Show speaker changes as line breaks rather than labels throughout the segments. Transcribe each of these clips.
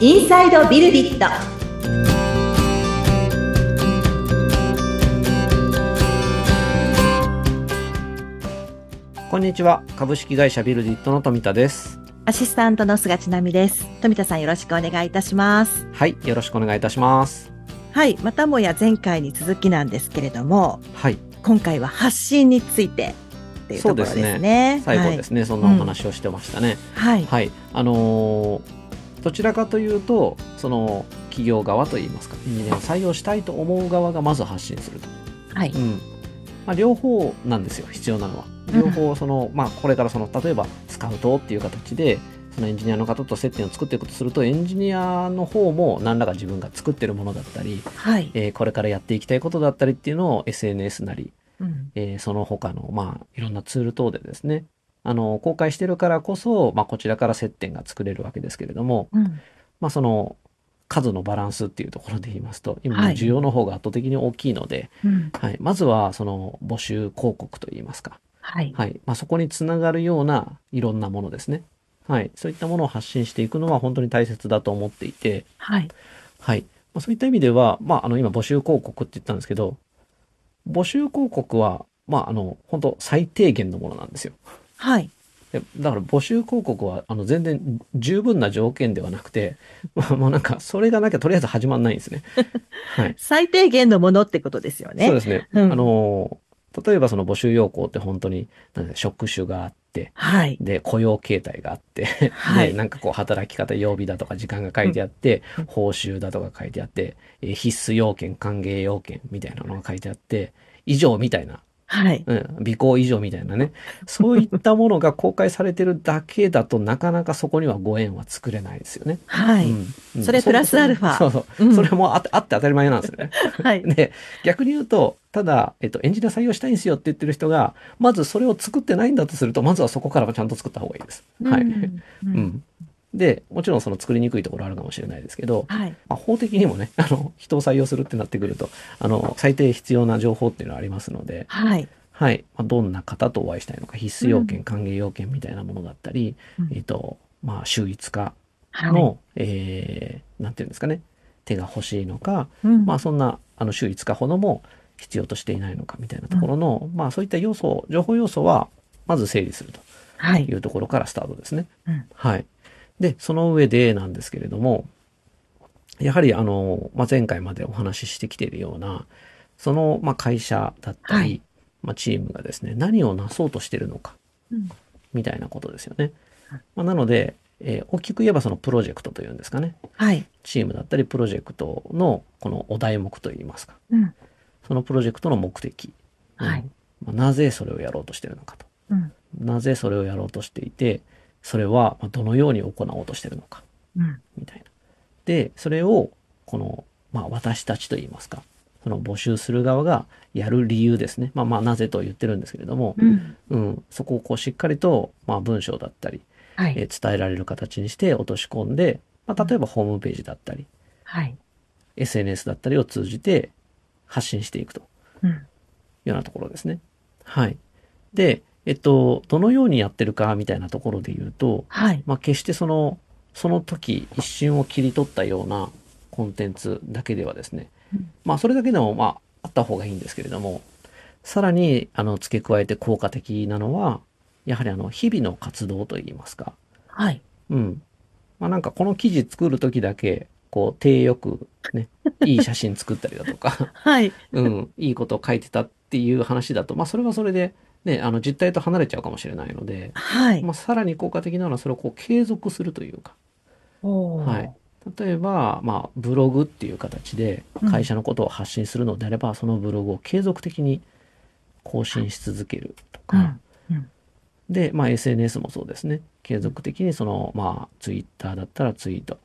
インサイドビルディット
こんにちは。株式会社ビルディットの富田です。
アシスタントの菅千奈美です富田さんよろしくお願いいたします
はい。よろしくお願いいたします。
はいまたもや前回に続きなんですけれども
はい。
今回は発信についてっていうところです
そうです
ね
最後ですね。そんなお話をしてましたね。
はい、はい
はい。あのーどちらかというと、その、企業側といいますか、エンジニアを採用したいと思う側がまず発信すると。
はい
うん。まあ、両方なんですよ。必要なのは。両方、その、まあ、これからその、例えば、スカウトっていう形で、そのエンジニアの方と接点を作っていくとすると、エンジニアの方も何らか自分が作ってるものだったり、
はい、
えーこれからやっていきたいことだったりっていうのを SNS なり、
うん
えーその他の、まあ、いろんなツール等でですね、あの、公開してるからこそ、まあ、こちらから接点が作れるわけですけれども、
うん
まあ、その、数のバランスっていうところで言いますと、今、
はい
需要の方が圧倒的に大きいので、
うん
はい、まずは、その、募集広告といいますか、
はい
はい、まあ、そこにつながるようないろんなものですね。はい、そういったものを発信していくのは本当に大切だと思っていて、
はい
はい。まあ、そういった意味では、まあ、あの、今、募集広告って言ったんですけど、募集広告は、まあ、あの、本当最低限のものなんですよ。
はい
でだから、募集広告は、あの、全然十分な条件ではなくて、 まあ、もうなんか、それがなきゃとりあえず始まんないんですね。はい。
最低限のものってことですよね
そうですね。
うん
あの、例えばその募集要項って本当に、なんか職種があって、
はい
で、雇用形態があって、
は
で、
い
なんかこう、働き方、曜日だとか時間が書いてあって、報酬だとか書いてあって、えー必須要件、歓迎要件みたいなのが書いてあって、以上みたいな、
はい
うん、尾行以上みたいなね、そういったものが公開されてるだけだとなかなかそこにはご縁は作れないですよね。
はい、
うんうん
それプラスアルファ
そうそうう。
ん
それもあってあって当たり前なんですよね。
はい
で、逆に言うと、ただ、えっと、エンジニア採用したいんですよって言ってる人が、まずそれを作ってないんだとすると、まずはそこからはちゃんと作った方がいいです。はい。
うんう
うんん。で、もちろんその作りにくいところあるかもしれないですけど、
はい
まあ、法的にもね、あの、人を採用するってなってくると、あの、最低必要な情報っていうのはありますので、
はい
はい。まあ、どんな方とお会いしたいのか、必須要件、歓迎要件みたいなものだったり、
うん
えっと、まあ、週5日
はい
の、えー、なんていうんですかね、手が欲しいのか、
うん
まあ、そんな、あの、週5日ほども必要としていないのかみたいなところの、まあ、そういった要素を、情報要素は、まず整理すると。
は
とい
い。
うところからスタートですね。
うん
はい。で、その上でなんですけれども、やはりあの、まあ、前回までお話ししてきているような、その、まあ、会社だったり、
はい
まあ、チームがですね、何をなそうとしてるのか、
うん
みたいなことですよね
はい。
まあ、なので、えー大きく言えばそのプロジェクトというんですかね。
はい。
チームだったりプロジェクトのこのお題目といいますか。
うん。
そのプロジェクトの目的。うん
はい
まあなぜそれをやろうとしてるのかと。
うん。
なぜそれをやろうとしていて、それはまあどのように行おうとしてるのか、
うん。
みたいな。で、それを、この、まあ私たちといいますか、その募集する側がやる理由ですね。まあまあなぜと言ってるんですけれども、
うん。
うん、そこをこうしっかりと、まあ文章だったり、
は
え
い。
ー伝えられる形にして落とし込んで、まあ例えばホームページだったり、
はい。
SNS だったりを通じて発信していくと。
うん。
ようなところですね。はい。で、えっと、どのようにやってるかみたいなところで言うと、
はい。
まあ、決してその、その時一瞬を切り取ったようなコンテンツだけではですね
うん、
まあ、それだけでも、まあ、あった方がいいんですけれども、さらに、あの、付け加えて効果的なのは、やはりあの、日々の活動といいますか、
はい。
うん。まあなんかこの記事作る時だけ、こう、手よくね、いい写真作ったりだとか、
はい。
うん、いいことを書いてたっていう話だと、まあそれはそれで、ね、あの実態と離れちゃうかもしれないので、
はい
ま。あさらに効果的なのはそれをこう継続するというか、
おー
はい。。例えば、まあブログっていう形で会社のことを発信するのであれば、そのブログを継続的に更新し続けると
う
か、
ん。うん。
で、まあ、SNS もそうですね。継続的にその、まあ、ツイッターだったらツイート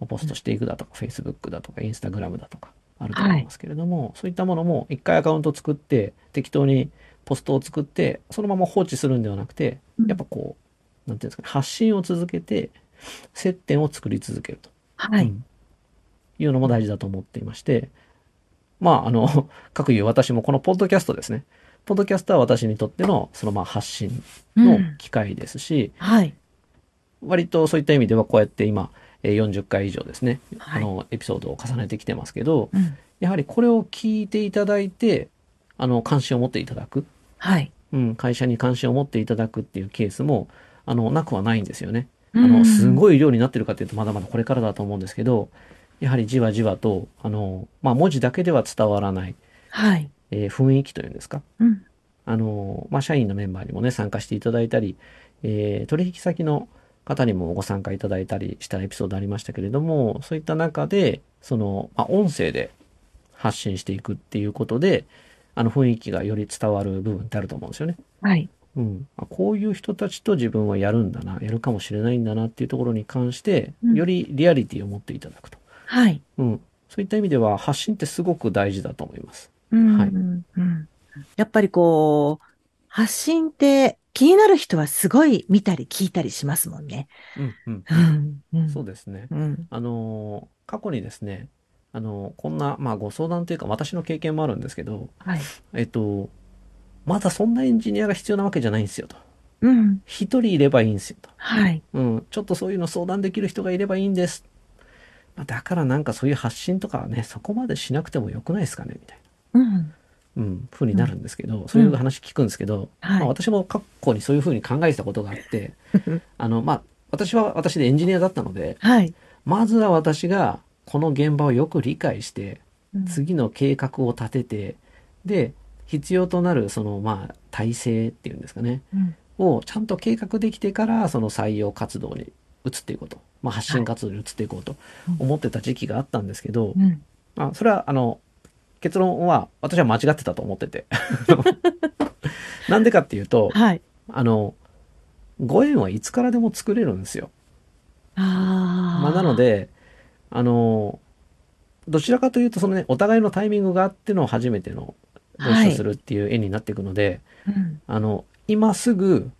をポストしていくだとか、Facebook だとか、Instagram だとか、あると思いますけれども、そういったものも、一回アカウント作って、適当にポストを作って、そのまま放置するんではなくて
うん、
やっぱこう、なんていうんですかね、発信を続けて、接点を作り続けると。
は
う
い。
んいうのも大事だと思っていまして、まあ、あの、 各言う私もこのポッドキャストですね。ポッドキャストは私にとっての、そのまあ発信
う
の
ん。
機会ですし、
はい。
割とそういった意味ではこうやって今、えー40回以上ですね、
はい
あのエピソードを重ねてきてますけど
うん。
やはりこれを聞いていただいてあの関心を持っていただく、
はい。
うん、会社に関心を持っていただくっていうケースもあのなくはないんですよね。
あ
あの
い。
すごい量になってるかっていうとまだまだこれからだと思うんですけどやはりじわじわとあの、まあ、文字だけでは伝わらない、
はい。
えー雰囲気というんですか
うん。
あの、まあ、社員のメンバーにもね、参加していただいたり、えー取引先の方にもご参加いただいたりしたエピソードありましたけれども、そういった中で、その、まあ、音声で発信していくっていうことで、あの、雰囲気がより伝わる部分ってあると思うんですよね。
はい。
うん。あこういう人たちと自分はやるんだな、やるかもしれないんだなっていうところに関して、
うん
よりリアリティを持っていただくと。
はい。
うん。そういった意味では、発信ってすごく大事だと思います。
うん。
はい
うん。やっぱりこう、発信って気になる人はすごい見たり聞いたりしますもんね。
うん、うん。
うん。うん
そうですね。
うん。
あのー過去にですね、あのーこんな、まあ、ご相談というか私の経験もあるんですけど、
はい。
えっと、まだそんなエンジニアが必要なわけじゃないんですよと。
うん。
一人いればいいんですよと。
はい。
うん、ちょっとそういうの相談できる人がいればいいんです。まあだからなんかそういう発信とかはね、そこまでしなくてもよくないですかねみたい
うん。
な、うん、ふうになるんですけど、そういう話聞くんですけど、
は
まあ、
い。
私も過去にそういうふうに考えてたことがあって、あの、まあ、私は私でエンジニアだったので、
はい。
まずは私がこの現場をよく理解して、
うん
次の計画を立てて、で、必要となるそのまあ体制っていうんですかね、
うん
をちゃんと計画できてからその採用活動に移っていこうと、まあ、発信活動に移っていこうと
うん
思ってた時期があったんですけど、
うん。
まあ、それはあの結論は私は間違ってたと思ってて。 なんでかっていうと、
はい。
あの、ご縁はいつからでも作れるんですよ。
ああ。
まあ、なの、で、あの、どちらかというと、そのね、お互いのタイミングがあっての初めてのご
は
一緒
い
するっていう絵になっていくので、
うん。
あの、今すぐ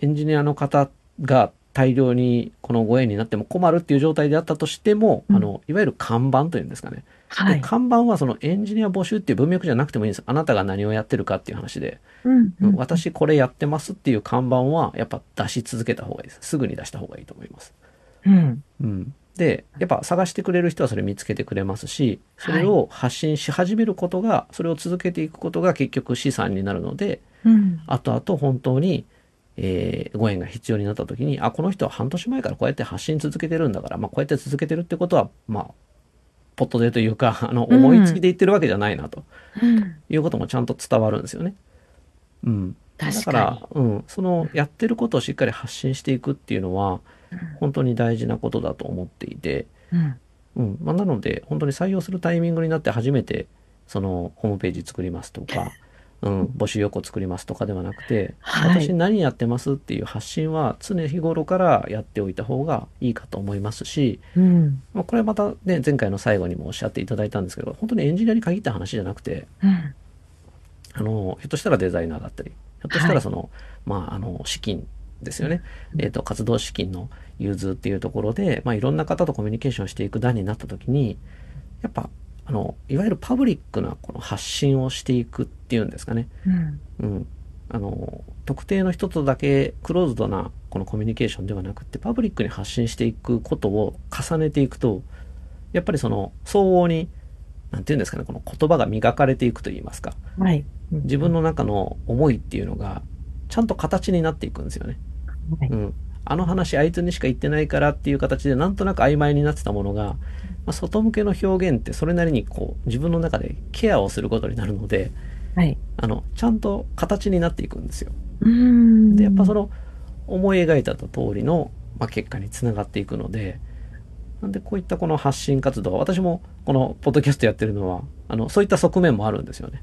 エンジニアの方が大量にこのご縁になっても困るっていう状態であったとしても、
うん
あの、いわゆる看板というんですかね。
は
で
い。
看板はそのエンジニア募集っていう文脈じゃなくてもいいんです。あなたが何をやってるかっていう話で、
うんうん
私これやってますっていう看板はやっぱ出し続けた方がいいです。すぐに出した方がいいと思います。
うん。
うん、でやっぱ探してくれる人はそれ見つけてくれますしそれを発信し始めることが、それを続けていくことが結局資産になるので
うん。
後々本当に、えーご縁が必要になった時にあこの人は半年前からこうやって発信続けてるんだから、まあ、こうやって続けてるってことはまあポットでというか あの
うん
思いつきで言ってるわけじゃないなと
うん
いうこともちゃんと伝わるんですよね。うん、だ
確か
か、
ら
うん、そのやってることをしっかり発信していくっていうのは本当に大事なことだと思っていて、
に。うん。
うんまあ、なので本当に採用するタイミングになって初めてそのホームページ作りますと か、うん、募集要項作りますとかではなくて、
はい
私何やってますっていう発信は常日頃からやっておいた方がいいかと思いますし、
うん。
まあ、これはまたね前回の最後にもおっしゃっていただいたんですけど本当にエンジニアに限った話じゃなくて
うん。
あのひょっとしたらデザイナーだったりひょっとしたらその、まああの資金ですよね、
うん
えー、と活動資金の融通っていうところで、まあ、いろんな方とコミュニケーションしていく段になった時にやっぱあのいわゆるパブリックなこの発信をしていくっていうんですかね、
うん。
うん、あの特定の人とだけクローズドなこのコミュニケーションではなくてパブリックに発信していくことを重ねていくとやっぱりその相応に何て言うんですかねこの言葉が磨かれていくといいますか
はい。
自分の中の思いっていうのがちゃんと形になっていくんですよね。
はい
うん、あの話あいつにしか言ってないからっていう形でなんとなく曖昧になってたものが、まあ、外向けの表現ってそれなりにこう自分の中でケアをすることになるので
はい。
あのちゃんと形になっていくんですよ。
うん。
でやっぱそ、の思い描いた通りの、まあ、結果につながっていくのでなんでこういったこの発信活動は私もこのポッドキャストやってるのはあのそういった側面もあるんですよね。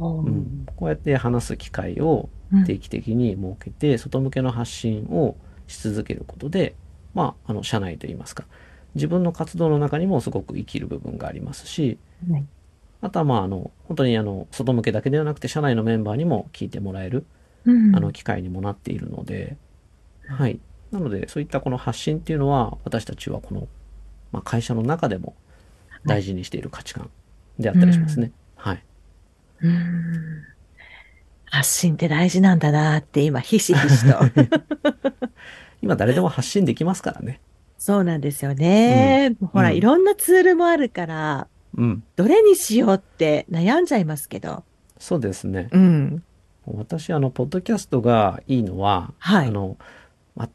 う
うんん、こうやって話す機会を定期的に設けて、外向けの発信をし続けることで、まあ、あの社内といいますか自分の活動の中にもすごく生きる部分がありますし
はい
あとはまああの本当にあの外向けだけではなくて社内のメンバーにも聞いてもらえる、
うん
あの機会にもなっているので、はい、なのでそういったこの発信っていうのは私たちはこの、まあ、会社の中でも大事にしている価値観であったりしますね。はい
うん発信って大事 なんだなって今、ひしひしと。
今誰でも発信できますからね。
そうなんですよね。ほら、
うん
いろんなツールもあるから、
うん。
どれにしようって悩んじゃいますけど。
そうですね。
うん。
私、あの、ポッドキャストがいいのは、
はい
あの、まあ、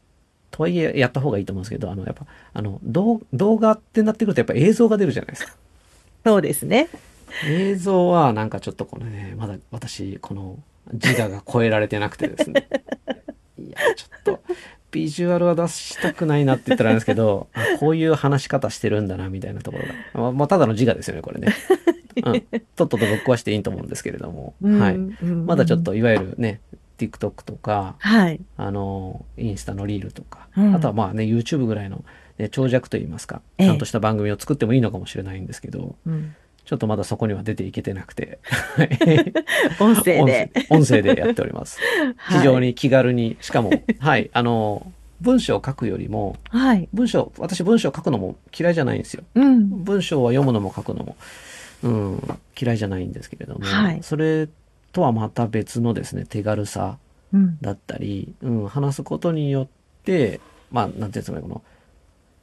とはいえやった方がいいと思うんですけど、あの、やっぱ、あの、動動画ってなってくると、やっぱ映像が出るじゃないですか。
そうですね。
映像は、なんかちょっとこのね、まだ私、この自我が超えられてなくてです ね。いや、ちょっと、ビジュアルは出したくないなって言ったらあれですけ ど、あこういう話し方してるんだな、みたいなところが。まあ、まあただの自我ですよね、これ ね。うん。とっととぶっ壊していいと思うんですけれども。
うん
はい。
うん
まだちょっといわゆるね、TikTok とか、
はい。
あの、インスタのリールとか、
うん
あとはまあね、YouTube ぐらいの、ね、長尺といいますか、
ええ
ちゃんとした番組を作ってもいいのかもしれないんですけど、
うん
ちょっとまだそこには出ていけてなく て、
音声で。
音声でやっております。
はい
非常。に気軽に、しかも、はい、あの、文章を書くよりも、
はい。
文章、私文章を書くのも嫌いじゃないんですよ。
うん。
文章は読むのも書くのも、うん、嫌いじゃないんですけれども、
はい
それとはまた別のですね、手軽さ
うん。
だったり、うん、話すことによって、まあ、なんていうんですかね、この、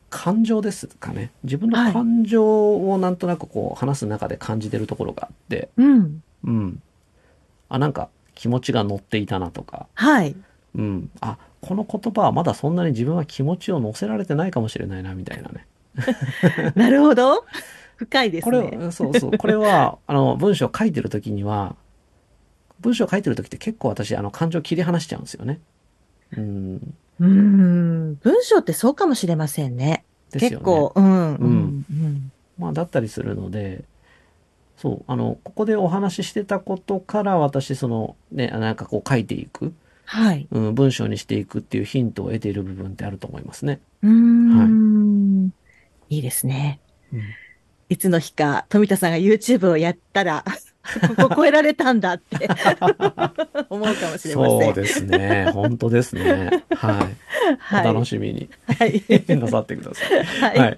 感情ですかね。自分の
はい
感情をなんとなくこう、話す中で感じてるところがあって、
うん。
うん。あ、なんか気持ちが乗っていたなとか、
はい。
うん。あ、この言葉はまだそんなに自分は気持ちを乗せられてないかもしれないな、みたいなね。
なるほど。深いです
こ
ね。
れ、そうそう。こ れは、あの、文章を書いてる時には、文章を書いてる時って結構私、あの、感情切り離しちゃうんですよね。うん。
うん。文章ってそうかもしれませんね。
ですよね。
結構、うん。
うん
うん。
まあ、だったりするので、そう、あの、ここでお話ししてたことから、私、その、ね、なんかこう書いていく、
はい。
うん、文章にしていくっていうヒントを得ている部分ってあると思いますね。
うーん。いいですね。
うん
いつの日か、富田さんが YouTube をやったら、 ここ超えられたんだって 思うかもしれませ。
そうんですね。本当ですね。はい。
はい。
お楽しみに
はい。
なさってください。
はい。
はい。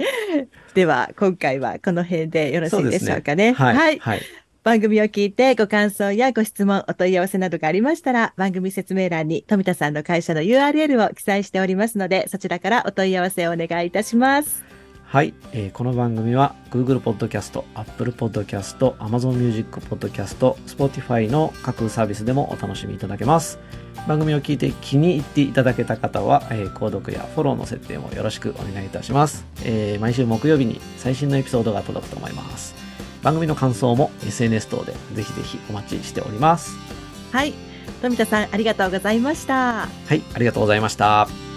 では、今回はこの辺でよろしいでしょうかね。
はい。
は
はいい。
番組を聞いてご感想やご質問、お問い合わせなどがありましたら、番組説明欄に富田さんの会社の URL を記載しておりますので、そちらからお問い合わせをお願いいたします。
はいえーこの番組は Google Podcast、Apple Podcast、Amazon Music Podcast、Spotify の各サービスでもお楽しみいただけます。番組を聞いて気に入っていただけた方は、えー購読やフォローの設定もよろしくお願いいたします、えー毎週木曜日に最新のエピソードが届くと思います。番組の感想も SNS 等でぜひぜひお待ちしております。
はい。富田さん、ありがとうございました。
はい、ありがとうございました。